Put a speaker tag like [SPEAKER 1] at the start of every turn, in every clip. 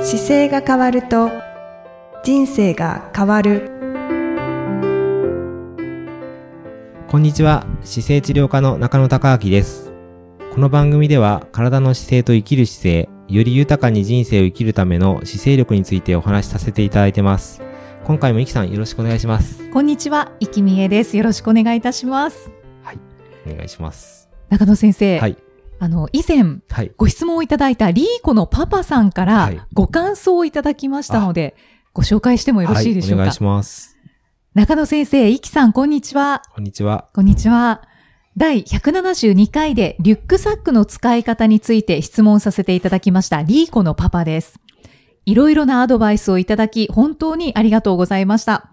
[SPEAKER 1] 姿勢が変わると人生が変わる
[SPEAKER 2] こんにちは姿勢治療科の中野孝明ですこの番組では体の姿勢と生きる姿勢より豊かに人生を生きるための姿勢力についてお話しさせていただいてます今回もイキさんよろしくお願いします
[SPEAKER 3] こんにちは、いきみえです。よろしくお願いいたします。
[SPEAKER 2] お願いします
[SPEAKER 3] 中野先生、
[SPEAKER 2] はい
[SPEAKER 3] あの、以前、
[SPEAKER 2] はい
[SPEAKER 3] ご質問をいただいたリーコのパパさんか
[SPEAKER 2] はい
[SPEAKER 3] らご感想をいただきましたので、ご紹介してもよろしいでしょう
[SPEAKER 2] はい、お願
[SPEAKER 3] か
[SPEAKER 2] い。します
[SPEAKER 3] 中野先生、いきさん、こんにちは。
[SPEAKER 2] こんにちは
[SPEAKER 3] こんにちは。第172回でリュックサックの使い方について質問させていただきましたリーコのパパです。いろいろなアドバイスをいただき本当にありがとうございました。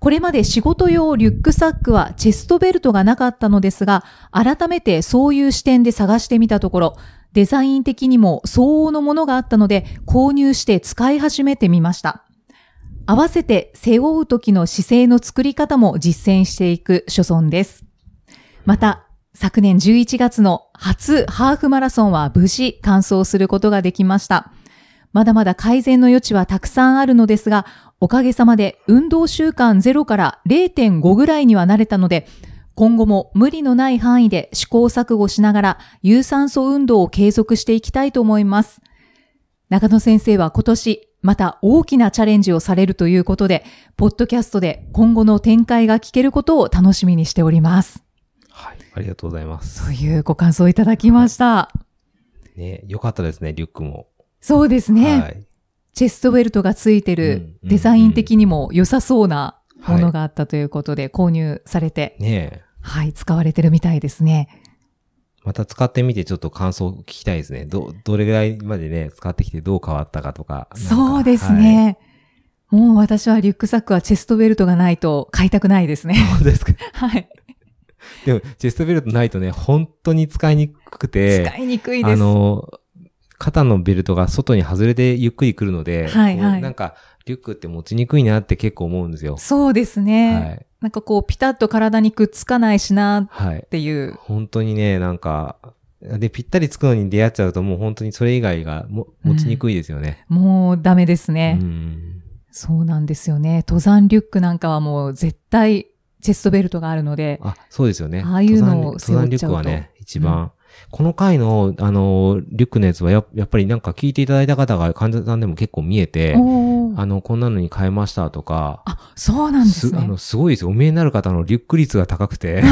[SPEAKER 3] これまで仕事用リュックサックはチェストベルトがなかったのですが、改めてそういう視点で探してみたところ、デザイン的にも相応のものがあったので購入して使い始めてみました。合わせて背負う時の姿勢の作り方も実践していく所存です。また、昨年11月の初ハーフマラソンは無事完走することができました。まだまだ改善の余地はたくさんあるのですが、おかげさまで運動習慣0から0.5ぐらいには慣れたので、今後も無理のない範囲で試行錯誤しながら有酸素運動を継続していきたいと思います。中野先生は今年、また大きなチャレンジをされるということで、ポッドキャストで今後の展開が聞けることを楽しみにしております。
[SPEAKER 2] はいありがとうございます
[SPEAKER 3] というご感想をいただきました。
[SPEAKER 2] ね良かったですねリュックも
[SPEAKER 3] そうですね。
[SPEAKER 2] はい
[SPEAKER 3] チェストベルトがついてる
[SPEAKER 2] うん
[SPEAKER 3] デザイン的にも良さそうなもの
[SPEAKER 2] は
[SPEAKER 3] があったということで購入されて、
[SPEAKER 2] い、ねえ
[SPEAKER 3] はい、使われてるみたいですね。
[SPEAKER 2] また使ってみてちょっと感想聞きたいですね。ど、どれぐらいまでね、使ってきてどう変わったかとか。なんか
[SPEAKER 3] そうです。ね。もう私はリュックサックはチェストベルトがないと買いたくないですね。
[SPEAKER 2] はいそうですか。
[SPEAKER 3] はい。
[SPEAKER 2] でも、チェストベルトないとね、本当に使いにくくて、
[SPEAKER 3] 使いにくいで
[SPEAKER 2] あ
[SPEAKER 3] す。
[SPEAKER 2] の、肩のベルトが外に外れてゆっくり来るので、
[SPEAKER 3] はいはい
[SPEAKER 2] こうなんか、リュックって持ちにくいなって結構思うんですよ。
[SPEAKER 3] そうですね、
[SPEAKER 2] はい。
[SPEAKER 3] なんかこう、ピタッと体にくっつかないしな
[SPEAKER 2] はい
[SPEAKER 3] っ。ていう。
[SPEAKER 2] 本当にね、なんか、で、ぴったりつくのに出会っちゃうともう本当にそれ以外がも持ちにくいですよね。
[SPEAKER 3] もうダメです
[SPEAKER 2] う
[SPEAKER 3] ね、
[SPEAKER 2] ん。
[SPEAKER 3] そうなんですよね。登山リュックなんかはもう絶対チェストベルトがあるので。
[SPEAKER 2] あ、そうですよね。
[SPEAKER 3] ああいうのを
[SPEAKER 2] 登山リュ
[SPEAKER 3] 背負っちゃうと
[SPEAKER 2] 登山リュックはね、一番。この回の、あの、リュックのやつはや、やっぱりなんか聞いていただいた方が患者さんでも結構見えて、
[SPEAKER 3] おー
[SPEAKER 2] あの、こんなのに変えましたとか、
[SPEAKER 3] あ、そうなんです
[SPEAKER 2] あ
[SPEAKER 3] ね
[SPEAKER 2] の、。すごいですよ。お見えになる方のリュック 率が高くて。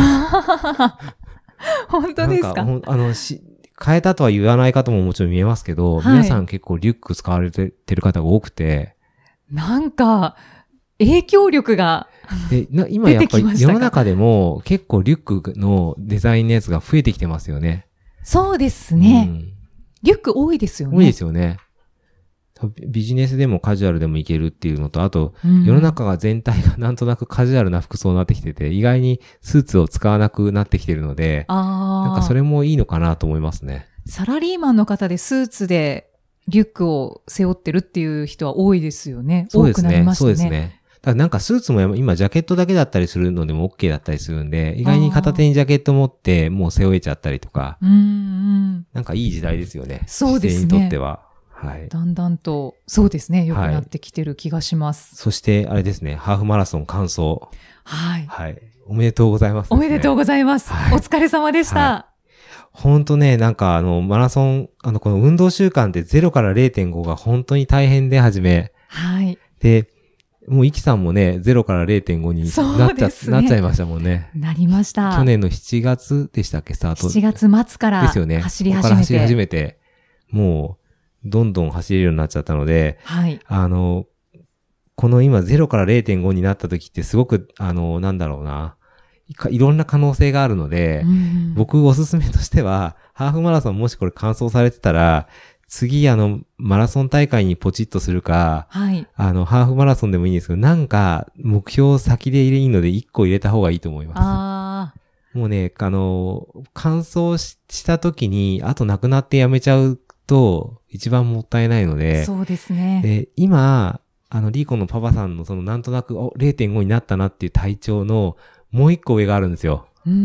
[SPEAKER 3] 本当です
[SPEAKER 2] なんか
[SPEAKER 3] か
[SPEAKER 2] ほんあの、し、変えたとは言わない方ももちろん見えますけど、
[SPEAKER 3] はい
[SPEAKER 2] 皆さん結構リュック使われててる方が多くて、
[SPEAKER 3] なんか、影響力が、
[SPEAKER 2] で、な今やっぱ
[SPEAKER 3] 出てきま
[SPEAKER 2] り
[SPEAKER 3] した
[SPEAKER 2] 世
[SPEAKER 3] か
[SPEAKER 2] の中でも結構リュックのデザインのやつが増えてきてますよね。
[SPEAKER 3] そうですね、
[SPEAKER 2] うん
[SPEAKER 3] リュック多いですよね。
[SPEAKER 2] 多いですよね。ビビジネスでもカジュアルでもいけるっていうのと、あと、
[SPEAKER 3] うん
[SPEAKER 2] 世の中が全体がなんとなくカジュアルな服装になってきてて、意外にスーツを使わなくなってきてるので、
[SPEAKER 3] あ
[SPEAKER 2] なんか
[SPEAKER 3] あ
[SPEAKER 2] それもいいのかなと思いますね。
[SPEAKER 3] サラリーマンの方でスーツでリュックを背負ってるっていう人は多いですよね。
[SPEAKER 2] そうで
[SPEAKER 3] 多く
[SPEAKER 2] す
[SPEAKER 3] なり
[SPEAKER 2] ね。
[SPEAKER 3] ました
[SPEAKER 2] そう
[SPEAKER 3] ね。
[SPEAKER 2] ですね。だからなんかスーツも今ジャケットだけだったりするのでも OK だったりするんで、意外に片手にジャケット持ってもう背負えちゃったりとか、
[SPEAKER 3] うんうん。
[SPEAKER 2] なんかいい時代ですよね。
[SPEAKER 3] そうですね
[SPEAKER 2] 姿勢にとっては。はい。
[SPEAKER 3] だんだんと、そうですね、良くなってきてる気がします。
[SPEAKER 2] そして、あれですね、ハーフマラソン完走。
[SPEAKER 3] はい。
[SPEAKER 2] はい。おめでとうございます、
[SPEAKER 3] おめでとう
[SPEAKER 2] ございます。
[SPEAKER 3] ございます。
[SPEAKER 2] はい
[SPEAKER 3] お疲れ様でした。
[SPEAKER 2] は本当ね、なんかあの、マラソン、あの、この運動習慣って0から0.5が本当に大変で始め。
[SPEAKER 3] はい。
[SPEAKER 2] で、もう、イキさんもね、0から0.5になっ
[SPEAKER 3] そう
[SPEAKER 2] ちゃ、
[SPEAKER 3] ですね
[SPEAKER 2] なっちゃいましたもんね。
[SPEAKER 3] なりました。
[SPEAKER 2] 去年の7月でしたっけ、スタート。
[SPEAKER 3] 7月末から
[SPEAKER 2] ですよね。
[SPEAKER 3] 走り
[SPEAKER 2] ここから
[SPEAKER 3] 始め
[SPEAKER 2] 走り始
[SPEAKER 3] て。
[SPEAKER 2] めて、もう、どんどん走れるようになっちゃったので、
[SPEAKER 3] はい。
[SPEAKER 2] あの、この今0から0.5になった時ってすごく、あの、なんだろうな。いかいろんな可能性があるので、
[SPEAKER 3] うん
[SPEAKER 2] 僕おすすめとしては、ハーフマラソンもしこれ完走されてたら、次あの、マラソン大会にポチッとするか、
[SPEAKER 3] はい。
[SPEAKER 2] あの、ハーフマラソンでもいいんですけど、なんか、目標先で入れいいので1個入れた方がいいと思いま
[SPEAKER 3] ああ、
[SPEAKER 2] す。もうね、あの、完走しした時に、あとなくなってやめちゃうと、一番もったいないので、
[SPEAKER 3] そうですね。
[SPEAKER 2] で、今、あの、リーコのパパさんのその、なんとなく、お、0.5になったなっていう体調の、もう1個上があるんですよ。
[SPEAKER 3] うんう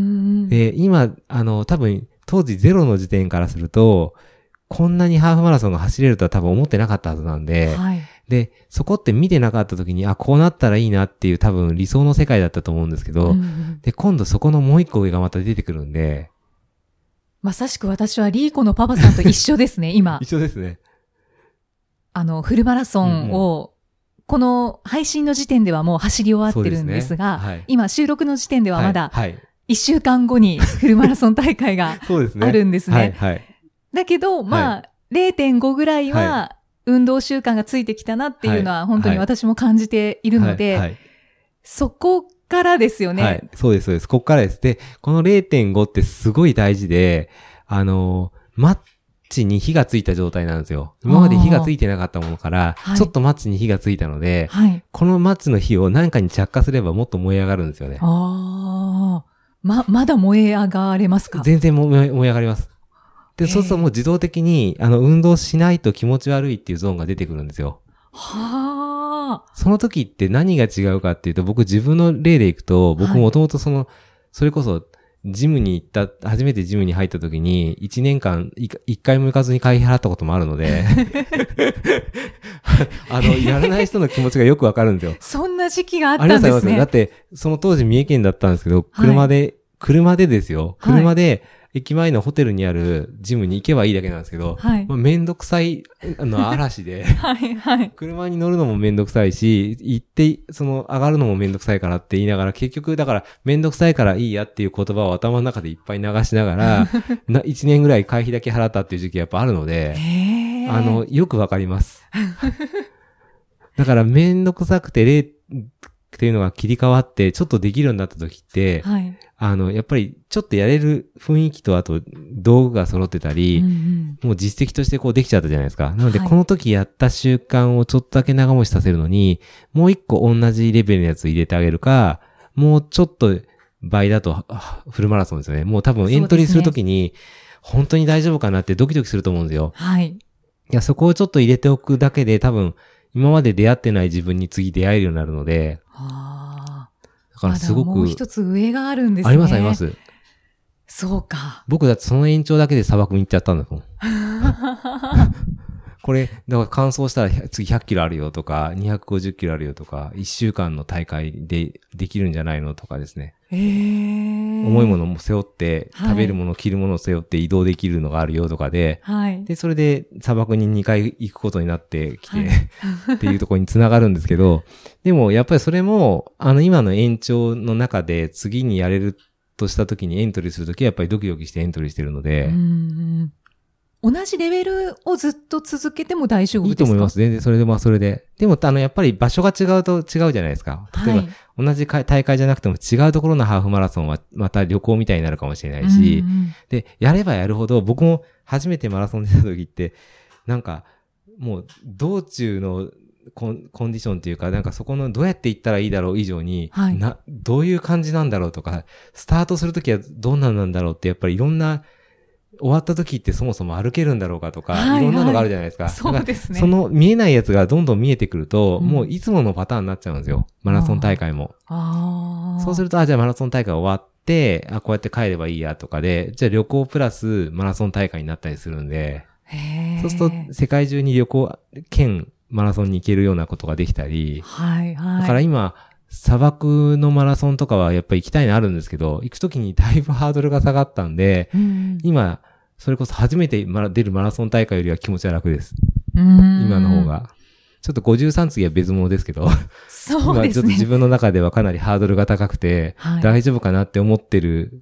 [SPEAKER 3] ん。
[SPEAKER 2] で、今、あの、多分、当時ゼロの時点からすると、こんなにハーフマラソンが走れるとは多分思ってなかったはずなんで、
[SPEAKER 3] はい。
[SPEAKER 2] で、そこって見てなかった時に、あ、こうなったらいいなっていう多分理想の世界だったと思うんですけど、
[SPEAKER 3] うんうん
[SPEAKER 2] で、今度そこのもう一個上がまた出てくるんで、
[SPEAKER 3] まさしく私はリーコのパパさんと一緒です ね、今。
[SPEAKER 2] 一緒ですね。
[SPEAKER 3] あの、フルマラソンを、この配信の時点ではもう走り終わってるんですが、
[SPEAKER 2] そうですねはい
[SPEAKER 3] 今収録の時点ではまだ
[SPEAKER 2] はい。はい
[SPEAKER 3] 1週間後にフルマラソン大会が
[SPEAKER 2] そう ですね。
[SPEAKER 3] あるんですね。
[SPEAKER 2] はい、はい。
[SPEAKER 3] だけど、まあ、0.5ぐらいは運動習慣がついてきたなっていうのは本当に私も感じているので、
[SPEAKER 2] はいはい
[SPEAKER 3] そこからですよね。
[SPEAKER 2] はい。そうです、そうです。ここからです。で、この0.5ってすごい大事で、あのーマッチに火がついた状態なんですよ。今まで火がついてなかったものから
[SPEAKER 3] は、い
[SPEAKER 2] ちょっとマッチに火がついたので、
[SPEAKER 3] はい
[SPEAKER 2] このマッチの火を何かに着火すればもっと燃え上がるんですよね。
[SPEAKER 3] ああ、ま、まだ燃え上がれますか
[SPEAKER 2] 全然も燃え燃え上がります。
[SPEAKER 3] へ
[SPEAKER 2] で、
[SPEAKER 3] ー
[SPEAKER 2] そうするともう自動的に、あの、運動しないと気持ち悪いっていうゾーンが出てくるんですよ。
[SPEAKER 3] はあ。
[SPEAKER 2] その時って何が違うかっていうと、僕自分の例でいくと、僕
[SPEAKER 3] はい
[SPEAKER 2] もともとその、それこそ、ジムに行った、初めてジムに入った時に、1年間、い一回も行かずに会費払ったこともあるの で、あの、やらない人の気持ちがよくわかるんですよ。
[SPEAKER 3] そんな時期があっ
[SPEAKER 2] あり
[SPEAKER 3] た
[SPEAKER 2] ま
[SPEAKER 3] ん
[SPEAKER 2] すあ
[SPEAKER 3] で
[SPEAKER 2] りますす。だっ
[SPEAKER 3] ね。
[SPEAKER 2] て、その当時三重県だったんですけど、車で、車でですよ。
[SPEAKER 3] はい
[SPEAKER 2] 車で、駅前のホテルにあるジムに行けばいいだけなんですけど、
[SPEAKER 3] はい
[SPEAKER 2] まあ、めんどくさい、あの、嵐で、
[SPEAKER 3] はい、はい。
[SPEAKER 2] 車に乗るのもめんどくさいし、行って、その、上がるのもめんどくさいからって言いながら、結局、だから、めんどくさいからいいやっていう言葉を頭の中でいっぱい流しながら、 な、1年ぐらい会費だけ払ったっていう時期やっぱあるので、
[SPEAKER 3] へえ。
[SPEAKER 2] あの、、よくわかります。だから、めんどくさくて、例っていうのが切り替わって、ちょっとできるようになった時って、
[SPEAKER 3] はい。
[SPEAKER 2] あの、やっぱり、ちょっとやれる雰囲気と、あと、道具が揃ってたり、
[SPEAKER 3] うんうん
[SPEAKER 2] もう実績としてこうできちゃったじゃないですか。なので、
[SPEAKER 3] はい
[SPEAKER 2] この時やった習慣をちょっとだけ長持ちさせるのに、もう一個同じレベルのやつ入れてあげるか、もうちょっと倍だと、あフルマラソンですよね。もう多分エントリーするときに、本当に大丈夫かなってドキドキすると思うんですよ。
[SPEAKER 3] はい。
[SPEAKER 2] いや、そこをちょっと入れておくだけで多分、今まで出会ってない自分に次出会えるようになるので、
[SPEAKER 3] あ
[SPEAKER 2] だ
[SPEAKER 3] あ。
[SPEAKER 2] からすご
[SPEAKER 3] まだもう
[SPEAKER 2] く、
[SPEAKER 3] 一つ上があるんですね。
[SPEAKER 2] ありますありま。す。
[SPEAKER 3] そうか。
[SPEAKER 2] 僕だってその延長だけで砂漠に行っちゃったんだ もん。これ、だから乾燥したら100次100キロあるよとか、250キロあるよとか、1週間の大会でできるんじゃないのとかですね。
[SPEAKER 3] へえ。
[SPEAKER 2] 重いものも背負って、
[SPEAKER 3] はい
[SPEAKER 2] 食べるもの、着るものを背負って移動できるのがあるよとかで、
[SPEAKER 3] はい。
[SPEAKER 2] で、それで砂漠に2回行くことになってきて、
[SPEAKER 3] はい
[SPEAKER 2] っていうところにつながるんですけど、でもやっぱりそれも、あの今の延長の中で次にやれるとした時にエントリーするときはやっぱりドキドキしてエントリーしてるので、
[SPEAKER 3] うんうん同じレベルをずっと続けても大丈夫
[SPEAKER 2] いい
[SPEAKER 3] ですか
[SPEAKER 2] と思いま。す。全然それでまあそれで。でも、あの、やっぱり場所が違うと違うじゃないですか。例えば、
[SPEAKER 3] はい。
[SPEAKER 2] 同じか大会じゃなくても違うところのハーフマラソンはまた旅行みたいになるかもしれないし、
[SPEAKER 3] うんうん
[SPEAKER 2] で、やればやるほど、僕も初めてマラソン出た時って、なんか、もう道中のコンコンディションっていうか、なんかそこのどうやって行ったらいいだろう以上に、
[SPEAKER 3] はい
[SPEAKER 2] な、どういう感じなんだろうとか、スタートするときはどんなんなんだろうって、やっぱりいろんな、終わった時ってそもそも歩けるんだろうかとか、
[SPEAKER 3] はい
[SPEAKER 2] い
[SPEAKER 3] はい
[SPEAKER 2] ろんなのがあるじゃないですか。だ
[SPEAKER 3] そ
[SPEAKER 2] か
[SPEAKER 3] う
[SPEAKER 2] ら
[SPEAKER 3] ですね。
[SPEAKER 2] その見えないやつがどんどん見えてくると、
[SPEAKER 3] うん
[SPEAKER 2] もういつものパターンになっちゃうんですよ。マラソン大会も。
[SPEAKER 3] ああ。
[SPEAKER 2] そうす
[SPEAKER 3] る
[SPEAKER 2] ると、あ、じゃあマラソン大会終わって、あ、こうやって帰ればいいやとかで、じゃあ旅行プラスマラソン大会になったりするんで、そうすると世界中に旅行兼マラソンに行けるようなことができたり、
[SPEAKER 3] はいはい。
[SPEAKER 2] だから今、砂漠のマラソンとかはやっぱり行きたいのあるんですけど、行くときにだいぶハードルが下がったんで、
[SPEAKER 3] うん
[SPEAKER 2] 今、それこそ初めてマラ出るマラソン大会よりは気持ちは楽です。
[SPEAKER 3] うん
[SPEAKER 2] 今の方。が。ちょっと53次は別物ですけど、
[SPEAKER 3] そう
[SPEAKER 2] 今
[SPEAKER 3] で
[SPEAKER 2] ちょ
[SPEAKER 3] す
[SPEAKER 2] っと自
[SPEAKER 3] ね。
[SPEAKER 2] 分の中ではかなりハードルが高くて、
[SPEAKER 3] はい
[SPEAKER 2] 大丈夫かなって思ってる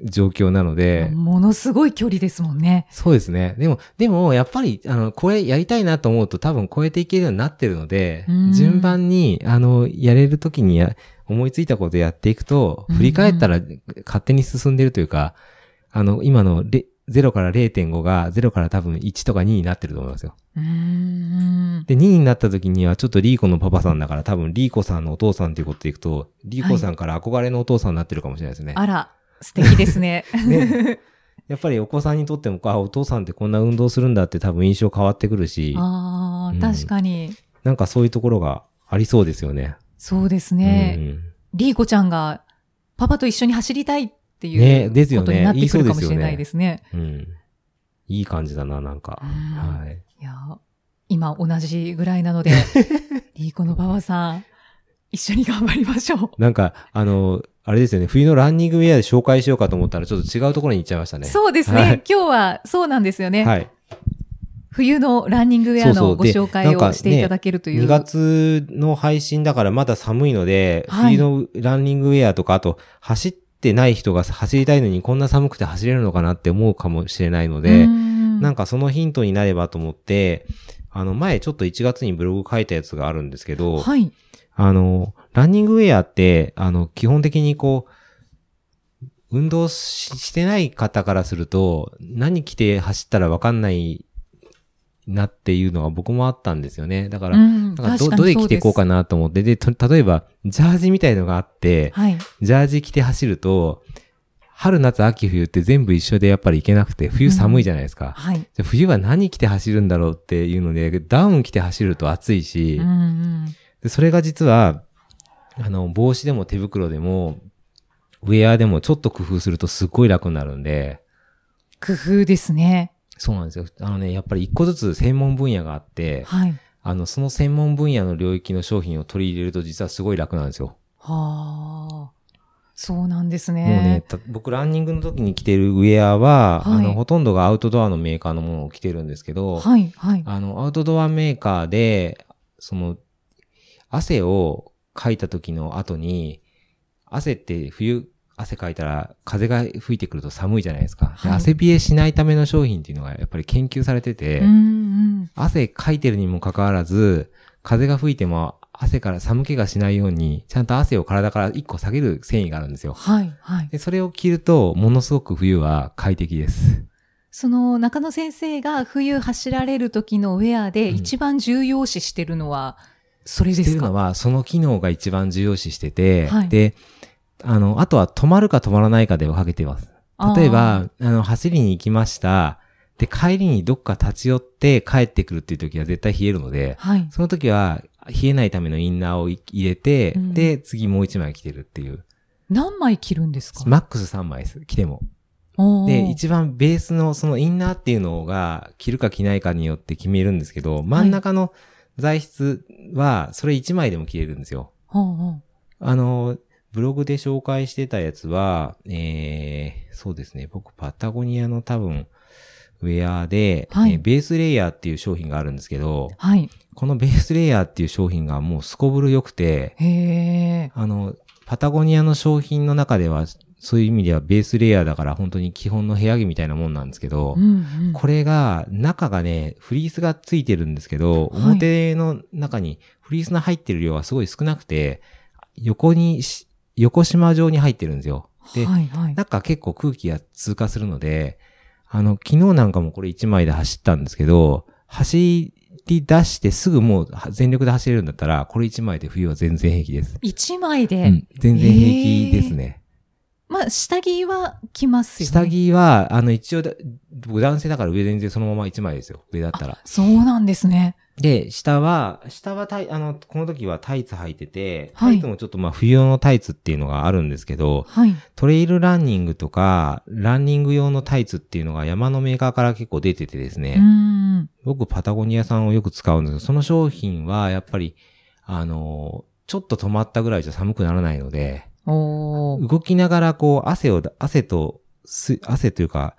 [SPEAKER 2] 状況なので、
[SPEAKER 3] ものすごい距離ですもんね。
[SPEAKER 2] そうですね。でも、でも、やっぱり、あの、これやりたいなと思うと多分超えていけるようになってるので
[SPEAKER 3] うん、
[SPEAKER 2] 順番に、あの、やれるときにや思いついたことやっていくと、振り返ったら勝手に進んでるというか、あの、今のれ0から0.5が0から多分1とか2になってると思いますよ。
[SPEAKER 3] うん。
[SPEAKER 2] で、2になった時にはちょっとリーコのパパさんだから多分リーコさんのお父さんということでいくと、リーコさんから憧れのお父さんになってるかもしれないですね。
[SPEAKER 3] あら、素敵ですね。
[SPEAKER 2] ねやっぱりお子さんにとっても、あ、お父さんってこんな運動するんだって多分印象変わってくるし、
[SPEAKER 3] ああ、確かに。
[SPEAKER 2] なんかそういうところがありそうですよね。
[SPEAKER 3] そうですね。リーコちゃんが、パパと一緒に走りたいっていう、
[SPEAKER 2] ねですよね
[SPEAKER 3] ことになってくるかもしれ
[SPEAKER 2] 言
[SPEAKER 3] な
[SPEAKER 2] いそ
[SPEAKER 3] い
[SPEAKER 2] う
[SPEAKER 3] で
[SPEAKER 2] です
[SPEAKER 3] ね。
[SPEAKER 2] うん。うん。いい感じだな、なんか。
[SPEAKER 3] うん
[SPEAKER 2] はい。
[SPEAKER 3] いや、今同じぐらいな ので、リーコの馬場さん、一緒に頑張りましょう。
[SPEAKER 2] なんか、あの、あれですよね、冬のランニングウェアで紹介しようかと思ったら、ちょっと違うところに行っちゃいましたね。
[SPEAKER 3] そうですね、
[SPEAKER 2] はい
[SPEAKER 3] 今日はそうなんですよね、
[SPEAKER 2] はい。
[SPEAKER 3] 冬のランニングウェアのご紹介
[SPEAKER 2] そうそうでなん
[SPEAKER 3] を
[SPEAKER 2] か
[SPEAKER 3] していただけるという。
[SPEAKER 2] 2月の配信だからまだ寒いので、
[SPEAKER 3] はい
[SPEAKER 2] 冬のランニングウェアとか、あと、走ってない人が走りたいのにこんな寒くて走れるのかなって思うかもしれないので、なんんかそのヒントになればと思って、あの前ちょっと1月にブログ書いたやつがあるんですけど、
[SPEAKER 3] はい。
[SPEAKER 2] あの、ランニングウェアって、あの、基本的にこう、運動ししてない方からすると、何着て走ったらわかんないなっていうのが僕もあったんですよね。だから、
[SPEAKER 3] うん
[SPEAKER 2] だから
[SPEAKER 3] 確
[SPEAKER 2] ど、
[SPEAKER 3] かに
[SPEAKER 2] どれ
[SPEAKER 3] そ
[SPEAKER 2] 着
[SPEAKER 3] う
[SPEAKER 2] て
[SPEAKER 3] です
[SPEAKER 2] いこうかなと思って、で、と例えば、ジャージみたいのがあって、
[SPEAKER 3] はい。
[SPEAKER 2] ジャージ着て走ると、春、夏、秋、冬って全部一緒でやっぱりいけなくて、冬寒いじゃないですか。
[SPEAKER 3] はい。
[SPEAKER 2] じゃあ冬は何着て走るんだろうっていうので、ダウン着て走ると暑いし、
[SPEAKER 3] うんうん
[SPEAKER 2] で、それが実は、あの、帽子でも手袋でも、ウェアでもちょっと工夫するとすっごい楽になるんで、
[SPEAKER 3] 工夫ですね。
[SPEAKER 2] そうなんですよ。あのね、やっぱり一個ずつ専門分野があって、
[SPEAKER 3] はい。
[SPEAKER 2] あの、その専門分野の領域の商品を取り入れると実はすごい楽なんですよ。
[SPEAKER 3] はあ。そうなんですね。
[SPEAKER 2] もうね、た僕ランニングの時に着てるウェアは、
[SPEAKER 3] はい
[SPEAKER 2] あの、ほとんどがアウトドアのメーカーのものを着てるんですけど、
[SPEAKER 3] はい、はい。
[SPEAKER 2] あの、アウトドアメーカーで、その、汗をかいた時の後に、汗って冬、汗かいたら風が吹いてくると寒いじゃないですか。で
[SPEAKER 3] はい
[SPEAKER 2] 汗冷えしないための商品っていうのがやっぱり研究されてて、
[SPEAKER 3] うん
[SPEAKER 2] 汗かいてるにもかかわらず、風が吹いても汗から寒気がしないように、ちゃんと汗を体から一個下げる繊維があるんです
[SPEAKER 3] うん。
[SPEAKER 2] よ。
[SPEAKER 3] はい、はい。
[SPEAKER 2] でそれを着ると、ものすごく冬は快適です。
[SPEAKER 3] その中野先生が冬走られる時のウェアで
[SPEAKER 2] うん
[SPEAKER 3] 一番重要視してるのは、それ
[SPEAKER 2] し
[SPEAKER 3] で
[SPEAKER 2] て
[SPEAKER 3] す
[SPEAKER 2] る
[SPEAKER 3] か
[SPEAKER 2] のは、その機能が一番重要視してて、
[SPEAKER 3] はい
[SPEAKER 2] で、あの、あとは止まるか止まらないかで分けてます。例えば、
[SPEAKER 3] あー
[SPEAKER 2] あの、走りに行きました。で、帰りにどっか立ち寄って帰ってくるっていう時は絶対冷えるので、
[SPEAKER 3] はい。
[SPEAKER 2] その時は冷えないためのインナーをい入れて、
[SPEAKER 3] うん
[SPEAKER 2] で、次もう一枚着てるっていう。
[SPEAKER 3] 何枚着るんですか
[SPEAKER 2] マックス3枚です、着ても。
[SPEAKER 3] おー
[SPEAKER 2] で、一番ベースのそのインナーっていうのが着るか着ないかによって決めるんですけど、真ん中の材質はそれ1枚でも着れるんですよ。
[SPEAKER 3] ほうほう
[SPEAKER 2] あの、ブログで紹介してたやつは、えー、そうですね、僕パタゴニアの多分、ウェアで、
[SPEAKER 3] はい
[SPEAKER 2] えーベースレイヤーっていう商品があるんですけど、
[SPEAKER 3] はい。
[SPEAKER 2] このベースレイヤーっていう商品がもうすこぶる良くて、
[SPEAKER 3] へえ。
[SPEAKER 2] あの、パタゴニアの商品の中では、そういう意味ではベースレイヤーだから本当に基本の部屋着みたいなもんなんですけど
[SPEAKER 3] う、んうん
[SPEAKER 2] これが中がね、フリースがついてるんですけど、
[SPEAKER 3] はい
[SPEAKER 2] 表の中にフリースの入ってる量はすごい少なくて、横にし、横島状に入ってるんですよ。で、
[SPEAKER 3] はいはい。
[SPEAKER 2] 中結構空気が通過するので、あの、昨日なんかもこれ1枚で走ったんですけど、走り出してすぐもうは全力で走れるんだったら、これ1枚で冬は全然平気です。
[SPEAKER 3] 一枚
[SPEAKER 2] う
[SPEAKER 3] で、
[SPEAKER 2] ん、全然平気ですね。
[SPEAKER 3] まあ下着は着ますよね。
[SPEAKER 2] 下着は、あの、一応だ、僕男性だから上全然そのまま1枚ですよ。上だったら
[SPEAKER 3] あ。そうなんですね。
[SPEAKER 2] で、下は、下はタイ、あの、この時はタイツ履いてて、
[SPEAKER 3] はい
[SPEAKER 2] タイツもちょっとまあ冬用のタイツっていうのがあるんですけど、
[SPEAKER 3] はい。
[SPEAKER 2] トレイルランニングとか、ランニング用のタイツっていうのが山のメーカーから結構出ててです
[SPEAKER 3] うー
[SPEAKER 2] ね、
[SPEAKER 3] ん。
[SPEAKER 2] 僕パタゴニアさんをよく使うんですけど、その商品はやっぱり、あの、ちょっと止まったぐらいじゃ寒くならないので、
[SPEAKER 3] おー。
[SPEAKER 2] 動きながらこう汗をだ、汗と、す汗というか、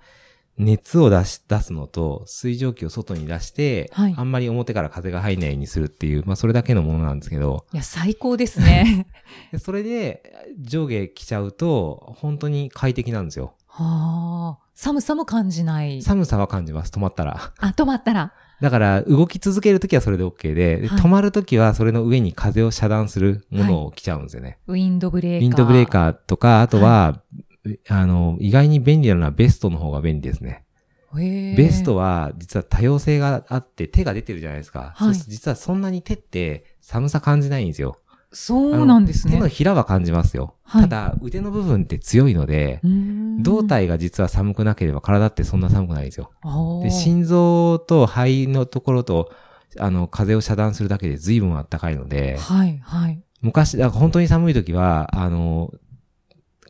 [SPEAKER 2] 熱を出し、出すのと、水蒸気を外に出して、
[SPEAKER 3] はい
[SPEAKER 2] あんまり表から風が入らないようにするっていう、まあそれだけのものなんですけど、
[SPEAKER 3] いや、最高で すね。
[SPEAKER 2] でそれで上下着ちゃうと、本当に快適なんですよ。
[SPEAKER 3] はあ。寒さも感じない。
[SPEAKER 2] 寒さは感じます、止まったら。
[SPEAKER 3] あ、止まったら。
[SPEAKER 2] だから、動き続けるときはそれで OK で、で
[SPEAKER 3] はい
[SPEAKER 2] 止まるときはそれの上に風を遮断するものを着ちゃうんですよね。
[SPEAKER 3] ウィンドブレーカー。
[SPEAKER 2] ウィンドブレーカーとか、あとは、あの、意外に便利なのはベストの方が便利ですね。
[SPEAKER 3] ー。へー
[SPEAKER 2] ベストは実は多様性があって手が出てるじゃないですか。
[SPEAKER 3] はい
[SPEAKER 2] そうすると実はそんなに手って寒さ感じないんですよ。
[SPEAKER 3] そうなんです
[SPEAKER 2] 手の
[SPEAKER 3] ね。
[SPEAKER 2] ひらは感じますよ。
[SPEAKER 3] はい
[SPEAKER 2] ただ腕の部分って強いので、
[SPEAKER 3] 胴
[SPEAKER 2] 胴。体が実は寒くなければ体ってそんな寒くないんですよ。
[SPEAKER 3] おー
[SPEAKER 2] で心臓と肺のところと、あの、風を遮断するだけで随分あったかいので、
[SPEAKER 3] はい、はい。
[SPEAKER 2] 昔、だから本当に寒い時は、あの、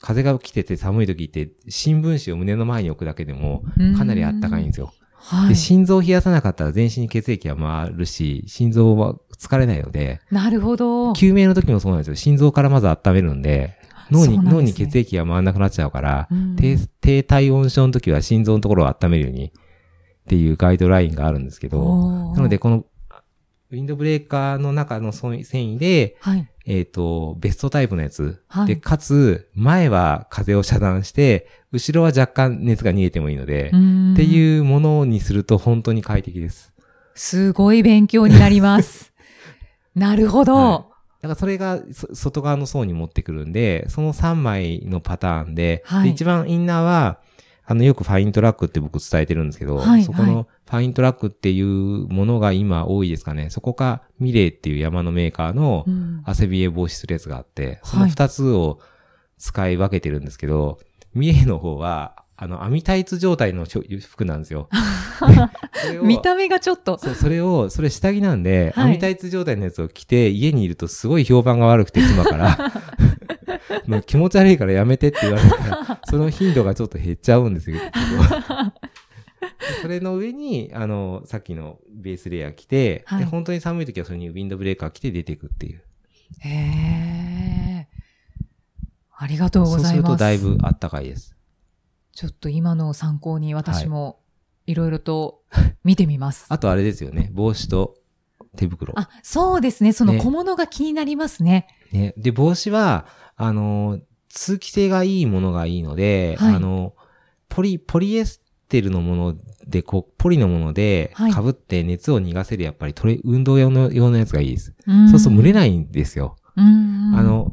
[SPEAKER 2] 風が来てて寒い時って新聞紙を胸の前に置くだけでも
[SPEAKER 3] うーん
[SPEAKER 2] かなりあったかいんですよ。
[SPEAKER 3] は
[SPEAKER 2] で
[SPEAKER 3] い。
[SPEAKER 2] 心臓を冷やさなかったら全身に血液が回るし、心臓は疲れないので、
[SPEAKER 3] なるほど。
[SPEAKER 2] 救命の時もそうなんですよ。心臓からまず温めるんで、脳に、
[SPEAKER 3] そうなんです
[SPEAKER 2] 脳
[SPEAKER 3] ね
[SPEAKER 2] に血液が回らなくなっちゃうから、
[SPEAKER 3] うん
[SPEAKER 2] 低低体温症の時は心臓のところを温めるようにっていうガイドラインがあるんですけど、
[SPEAKER 3] おー
[SPEAKER 2] なので、このウィンドブレーカーの中の繊維繊維で、
[SPEAKER 3] はい。
[SPEAKER 2] えっ、と、ベストタイプのやつ。
[SPEAKER 3] はい
[SPEAKER 2] で、かつ、前は風を遮断して、後ろは若干熱が逃げてもいいので、
[SPEAKER 3] っ
[SPEAKER 2] って
[SPEAKER 3] うーん。
[SPEAKER 2] いうものにすると本当に快適です。
[SPEAKER 3] すごい勉強になります。 なるほど。
[SPEAKER 2] はだからそれがそ外側の層に持ってくるんで、その3枚のパターンで、
[SPEAKER 3] はい
[SPEAKER 2] で一番インナーは、あの、よくファイントラックって僕伝えてるんですけど、
[SPEAKER 3] はい
[SPEAKER 2] そこ
[SPEAKER 3] は
[SPEAKER 2] のファイントラックっていうものが今多いですかね。そこか、ミレーっていう山のメーカーの
[SPEAKER 3] うん
[SPEAKER 2] 汗びえ防止するやつがあって、その
[SPEAKER 3] はい
[SPEAKER 2] 2つを使い分けてるんですけど、ミレーの方は、あの、網タイツ状態のしょ服なん ですよ。それを
[SPEAKER 3] 見た目がちょっと。
[SPEAKER 2] そう、それを、それ下着なんで、
[SPEAKER 3] はい
[SPEAKER 2] 網タイツ状態のやつを着て、家にいるとすごい評判が悪くて、妻 から。もう気持ち悪いからやめてって言われるから、その頻度がちょっと減っちゃうんです けど。それの上に、あの、さっきのベースレイヤー着て、
[SPEAKER 3] はい
[SPEAKER 2] で、本当に寒い時はそれにウィンドブレーカー着て出てくっていう。
[SPEAKER 3] へえ。ありがとう
[SPEAKER 2] そ
[SPEAKER 3] ご
[SPEAKER 2] う
[SPEAKER 3] ざ
[SPEAKER 2] す
[SPEAKER 3] い
[SPEAKER 2] ると
[SPEAKER 3] ます。
[SPEAKER 2] だいぶあったかいです。
[SPEAKER 3] ちょっと今のを参考に私もいろいろと見てみます。
[SPEAKER 2] あとあれですよね、帽子と手袋。
[SPEAKER 3] あ、そうですね。その
[SPEAKER 2] ね
[SPEAKER 3] 小物が気になりますね。
[SPEAKER 2] ね。で、帽子は、あのー、通気性がいいものがいいので、
[SPEAKER 3] はい
[SPEAKER 2] あのー、ポリ、ポリエステルのもので、こう、ポリのもので、
[SPEAKER 3] はい
[SPEAKER 2] 被って熱を逃がせる、やっぱりトレ、運動用の、用のやつがいいです。
[SPEAKER 3] そ
[SPEAKER 2] そうすると蒸れないんですよ。
[SPEAKER 3] うん。
[SPEAKER 2] あ、の、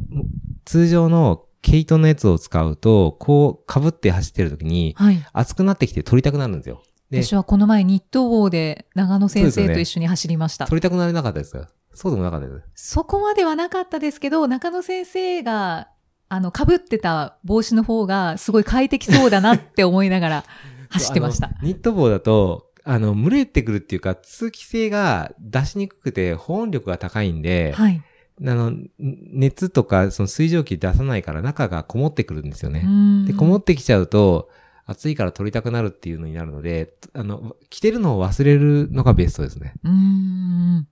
[SPEAKER 2] 通常の毛糸のやつを使うと、こう、被って走ってる時に、
[SPEAKER 3] はい。
[SPEAKER 2] 熱くなってきて取りたくなるんですよ。で、
[SPEAKER 3] 私はこの前ニット帽で長野
[SPEAKER 2] そ
[SPEAKER 3] 先
[SPEAKER 2] うです
[SPEAKER 3] 生
[SPEAKER 2] よね
[SPEAKER 3] と一緒に走りました。そ,、
[SPEAKER 2] 取りたくなれなかったです。そうでもなかったです。
[SPEAKER 3] こまではなかったですけど、中野先生が、あの、被ってた帽子の方がすごい快適そうだなって思いな がら走ってました
[SPEAKER 2] あ。の。ニット帽だと、あの、蒸れてくるっていうか、通気性が出しにくくて、保温力が高いんで、
[SPEAKER 3] はい。
[SPEAKER 2] あの、ん熱とか、その水蒸気出さないから中がこもってくるんですよね。で、
[SPEAKER 3] で
[SPEAKER 2] こもってきちゃうと、暑いから取りたくなるっていうのになるので、あの、着てるのを忘れるのがベストですね。
[SPEAKER 3] うん。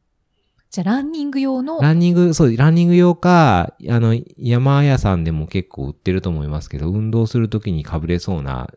[SPEAKER 3] じゃあ、ランニング用の、
[SPEAKER 2] ランニング、そう、ランニング用か、あの、山屋さんでも結構売ってると思いますけど、運動するときに被れそうな、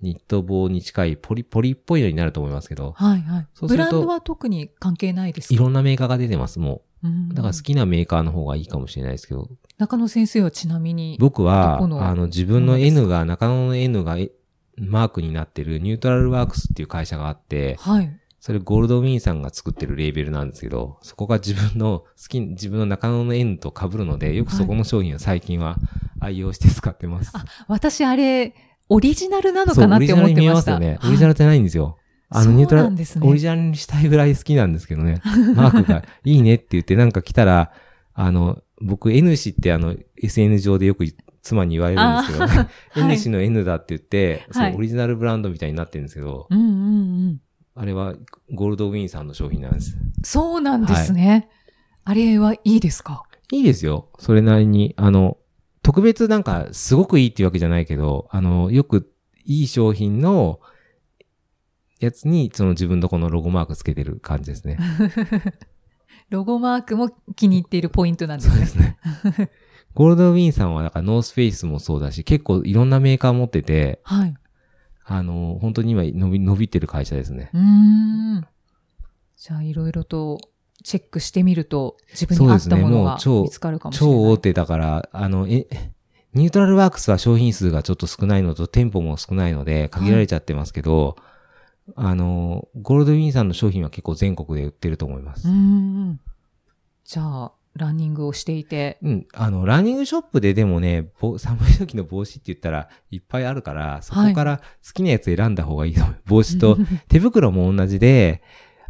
[SPEAKER 2] ニット帽に近いポリ、ポリっぽいのになると思いますけど、
[SPEAKER 3] はいはい。
[SPEAKER 2] そうす
[SPEAKER 3] ブ
[SPEAKER 2] る
[SPEAKER 3] ラン
[SPEAKER 2] と
[SPEAKER 3] ドは特に関係ないですか
[SPEAKER 2] いろんなメーカーが出てます、も
[SPEAKER 3] うん
[SPEAKER 2] う。だから好きなメーカーの方がいいかもしれないですけど、
[SPEAKER 3] 中野先生はちなみに。
[SPEAKER 2] 僕は、
[SPEAKER 3] どこの
[SPEAKER 2] あの、自分の N が、中野の N がえマークになってるニュートラルワークスっていう会社があって、
[SPEAKER 3] はい。
[SPEAKER 2] それゴールドウィンさんが作ってるレーベルなんですけど、そこが自分の好き、自分の中野の N と被るので、よくそこの商品を最近は愛用して使ってます。
[SPEAKER 3] 私、あれ、オリジナルなの
[SPEAKER 2] そ
[SPEAKER 3] か
[SPEAKER 2] う、
[SPEAKER 3] な
[SPEAKER 2] オ
[SPEAKER 3] っ
[SPEAKER 2] リ
[SPEAKER 3] て
[SPEAKER 2] ジナ
[SPEAKER 3] 思
[SPEAKER 2] ルに
[SPEAKER 3] って
[SPEAKER 2] 見え
[SPEAKER 3] ま
[SPEAKER 2] ま
[SPEAKER 3] し
[SPEAKER 2] す
[SPEAKER 3] た。
[SPEAKER 2] よね。オリジナルってないんですよ。あの、ニュート
[SPEAKER 3] そう
[SPEAKER 2] ラ
[SPEAKER 3] な
[SPEAKER 2] ル
[SPEAKER 3] んですね
[SPEAKER 2] オリジナルにしたいぐらい好きなんですけどね。 マークがいいねって言ってなんか来たら、あの、僕 N 氏ってあの、SN 上でよく妻に言われるんですけ ど、ね、
[SPEAKER 3] あーはい
[SPEAKER 2] N 氏の N だって言って、
[SPEAKER 3] は
[SPEAKER 2] そ
[SPEAKER 3] いう
[SPEAKER 2] オリジナルブランドみたいになってるんですけど、
[SPEAKER 3] うんうんうん。
[SPEAKER 2] あれはゴールドウィンさんの商品なんです。
[SPEAKER 3] そうなんですね。あれはいいですか
[SPEAKER 2] いいですよ。それなりに。あの、特別なんかすごくいいっていうわけじゃないけど、あの、よくいい商品のやつに、その自分のこのロゴマークつけてる感じですね。
[SPEAKER 3] ロゴマークも気に入っているポイントなんです
[SPEAKER 2] そうで
[SPEAKER 3] ね。
[SPEAKER 2] す ね。ゴールドウィンさんは、だからノースフェイスもそうだし、結構いろんなメーカー持ってて、
[SPEAKER 3] はい。
[SPEAKER 2] あの、本当に今伸び、伸びてる会社ですね。
[SPEAKER 3] うーん。じゃあ、いろいろとチェックしてみると、自分に合ったもの
[SPEAKER 2] そうで
[SPEAKER 3] が
[SPEAKER 2] すねもう超
[SPEAKER 3] 見つかるかもしれない。
[SPEAKER 2] 超大手だから、あの、え、ニュートラルワークスは商品数がちょっと少ないのと店舗も少ないので限られちゃってますけど、あの、ゴールドウィンさんの商品は結構全国で売ってると思いま
[SPEAKER 3] う
[SPEAKER 2] す。
[SPEAKER 3] んうん。じゃあ、ランニングをしていて。
[SPEAKER 2] うん。あの、ランニングショップででもね、ぼ寒い時の帽子って言ったらいっぱいあるから、そこから好きなやつ選んだ方がいいと思う。帽 子と手袋も同じで、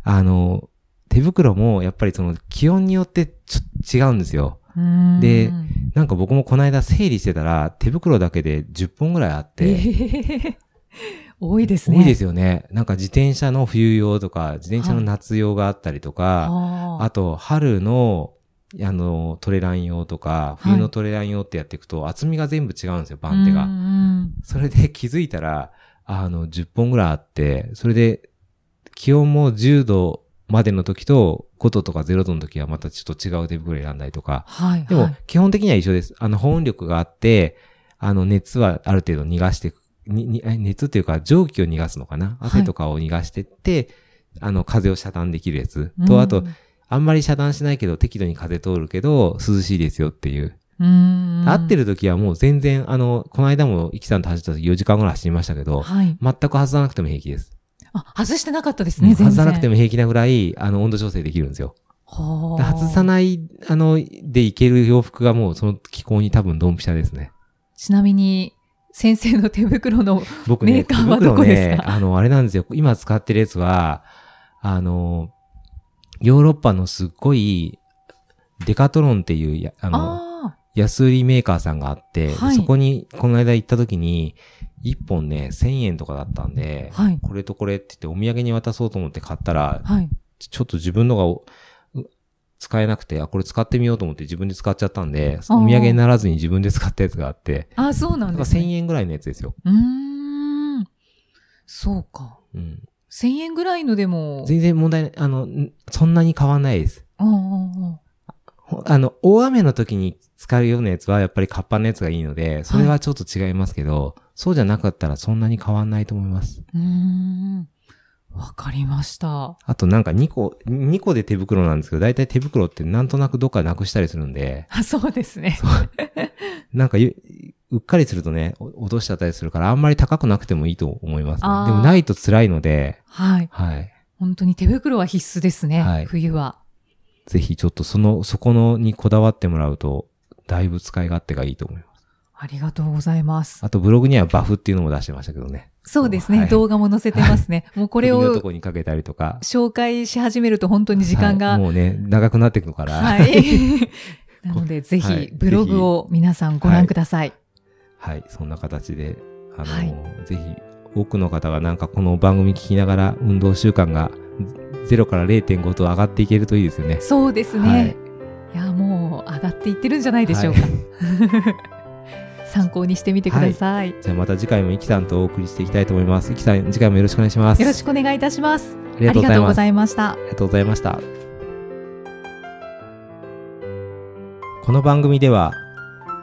[SPEAKER 2] あの、手袋もやっぱりその気温によってちょっと違うんですよ。
[SPEAKER 3] うーん
[SPEAKER 2] でなんか僕もこの間整理してたら、手袋だけで10本ぐらいあって、
[SPEAKER 3] ええ多いですね。
[SPEAKER 2] 多いですよね。なんか自転車の冬用とか、自転車の夏用があったりとか、
[SPEAKER 3] あ
[SPEAKER 2] あと春の、あの、トレラン用とか、冬
[SPEAKER 3] は
[SPEAKER 2] の
[SPEAKER 3] い
[SPEAKER 2] トレラン用ってやっていくと、厚みが全部違うんですよ、
[SPEAKER 3] あ
[SPEAKER 2] 番手
[SPEAKER 3] うん
[SPEAKER 2] が。
[SPEAKER 3] うん
[SPEAKER 2] それで気づいたら、あの、10本ぐらいあって、それで、
[SPEAKER 4] 気温も10度までの時と、5度とか0度の時はまたちょっと違う手袋選んだりとか。
[SPEAKER 3] はい。
[SPEAKER 4] で
[SPEAKER 3] は
[SPEAKER 4] も
[SPEAKER 3] い、
[SPEAKER 4] 基本的には一緒です。あの、保温力があって、あの、熱はある程度逃がしていく、ににえ熱っていうか蒸気を逃がすのかな
[SPEAKER 3] はい
[SPEAKER 4] 汗とかを逃がしてって、あの、風を遮断できるやつ。と、
[SPEAKER 3] うん
[SPEAKER 4] あと、、
[SPEAKER 2] あんまり遮断しないけど、適度に風通るけど、涼しいですよっていう。
[SPEAKER 3] うん。
[SPEAKER 2] 合ってる時はもう全然、あの、この間も、イキさんと走った時4時間ぐらい走りましたけど、
[SPEAKER 3] はい。
[SPEAKER 2] 全く外さなくても平気です。
[SPEAKER 3] あ、外してなかったですね、全然。
[SPEAKER 2] 外さなくて
[SPEAKER 3] も。
[SPEAKER 2] も平気なぐらい、あの、温度調整できるんですよ。
[SPEAKER 3] はあ
[SPEAKER 2] 外さない、あの、でいける洋服がもう、その気候に多分ドンピシャですね。
[SPEAKER 3] ちなみに、先生の手袋の、
[SPEAKER 2] 僕ね、
[SPEAKER 3] メーカーはどこです
[SPEAKER 2] 手
[SPEAKER 3] か
[SPEAKER 2] 袋ねあの、あれなんですよ。今使ってるやつは、あの、ヨーロッパのすっごい、デカトロンっていうや、あの、
[SPEAKER 3] あ
[SPEAKER 2] 安売りメーカーさんがあって、
[SPEAKER 3] はい
[SPEAKER 2] そこにこの間行った時に、1本ね、1000円とかだったんで
[SPEAKER 3] あ、、はい。
[SPEAKER 2] これとこれって言ってお土産に渡そうと思って買ったら、
[SPEAKER 3] はい。
[SPEAKER 2] ちょっと自分のがおう使えなくて、あ、これ使ってみようと思って自分で使っちゃったんで、
[SPEAKER 3] あー
[SPEAKER 2] お土産にならずに自分で使ったやつがあって、
[SPEAKER 3] あ、そう
[SPEAKER 2] な
[SPEAKER 3] な
[SPEAKER 2] んんか
[SPEAKER 3] です、
[SPEAKER 2] 1000
[SPEAKER 3] ね。
[SPEAKER 2] 円ぐらいのやつですよ。
[SPEAKER 3] うーん。そうか。
[SPEAKER 2] うん、
[SPEAKER 3] 1000円ぐらいのでも、
[SPEAKER 2] 全然問題ない、あの、んそんなに変わんないです。
[SPEAKER 3] あああ
[SPEAKER 2] ほあの、大雨の時に使うようなやつは、やっぱりカッパのやつがいいので、それはちょっと違いますけど、そうじゃなかったらそんなに変わんないと思います。
[SPEAKER 3] あああうーん。わかりました。
[SPEAKER 2] あとなんか2個、2個で手袋なんですけど、だいたい手袋ってなんとなくどっかなくしたりするんで、
[SPEAKER 3] あ、そうですね。
[SPEAKER 2] なんかゆうっかりするとね、お落としちゃったりするから、あんまり高くなくてもいいと思います、ね
[SPEAKER 3] あー。
[SPEAKER 2] でもないと辛いので、
[SPEAKER 3] はい。
[SPEAKER 2] はい。
[SPEAKER 3] 本当に手袋は必須ですね。
[SPEAKER 2] はい
[SPEAKER 3] 冬は。
[SPEAKER 2] ぜひちょっとその、そこのにこだわってもらうと、だいぶ使い勝手がいいと思います。
[SPEAKER 3] ありがとうございます。
[SPEAKER 2] あとブログにはバフっていうのも出してましたけどね。
[SPEAKER 3] そうですね。
[SPEAKER 2] はい
[SPEAKER 3] 動画も載せてますね。もうこ
[SPEAKER 2] こ
[SPEAKER 3] れ
[SPEAKER 2] のと
[SPEAKER 3] を
[SPEAKER 2] こにかけたりとか。
[SPEAKER 3] 紹介し始めると本当に時間
[SPEAKER 2] はい
[SPEAKER 3] が。
[SPEAKER 2] もうね、長くなっていくから。
[SPEAKER 3] はい。 なので、ぜ
[SPEAKER 2] は
[SPEAKER 3] ひ
[SPEAKER 2] い
[SPEAKER 3] ブログを皆さんご覧ください。
[SPEAKER 2] はい、そんな形で、あの、
[SPEAKER 3] は
[SPEAKER 2] ぜひ多くの方がなんかこの番組聞きながら運動習慣が0から0.5と上がっていけるといいですよね。
[SPEAKER 3] そうですね。
[SPEAKER 2] はい
[SPEAKER 3] い、や、もう上がっていってるんじゃないでしょうか。
[SPEAKER 2] はい
[SPEAKER 3] 参考にしてみてください。
[SPEAKER 2] じゃあまた次回もイキさんとお送りしていきたいと思います。イキさん、次回もよろしくお願いします。
[SPEAKER 3] よろしくお願いいたします。
[SPEAKER 2] あり
[SPEAKER 3] あ
[SPEAKER 2] がと
[SPEAKER 3] り
[SPEAKER 2] うご
[SPEAKER 3] が
[SPEAKER 2] ざい
[SPEAKER 3] とうご
[SPEAKER 2] ます。あ
[SPEAKER 3] ざいました。
[SPEAKER 2] りがとうございました。
[SPEAKER 4] この番組では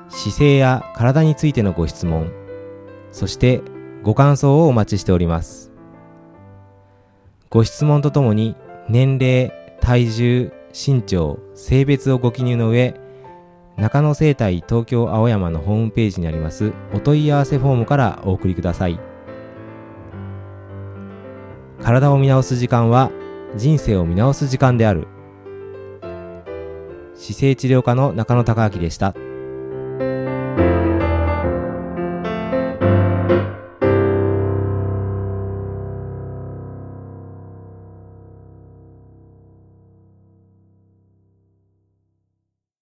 [SPEAKER 4] 姿勢や体についてのご質問そしてご感想をお待ちしておりますご質問とともに年齢体重身長性別をご記入の上中野生態東京青山のホームページにありますお問い合わせフォームからお送りください体を見直す時間は人生を見直す時間である姿勢治療科の中野孝明でした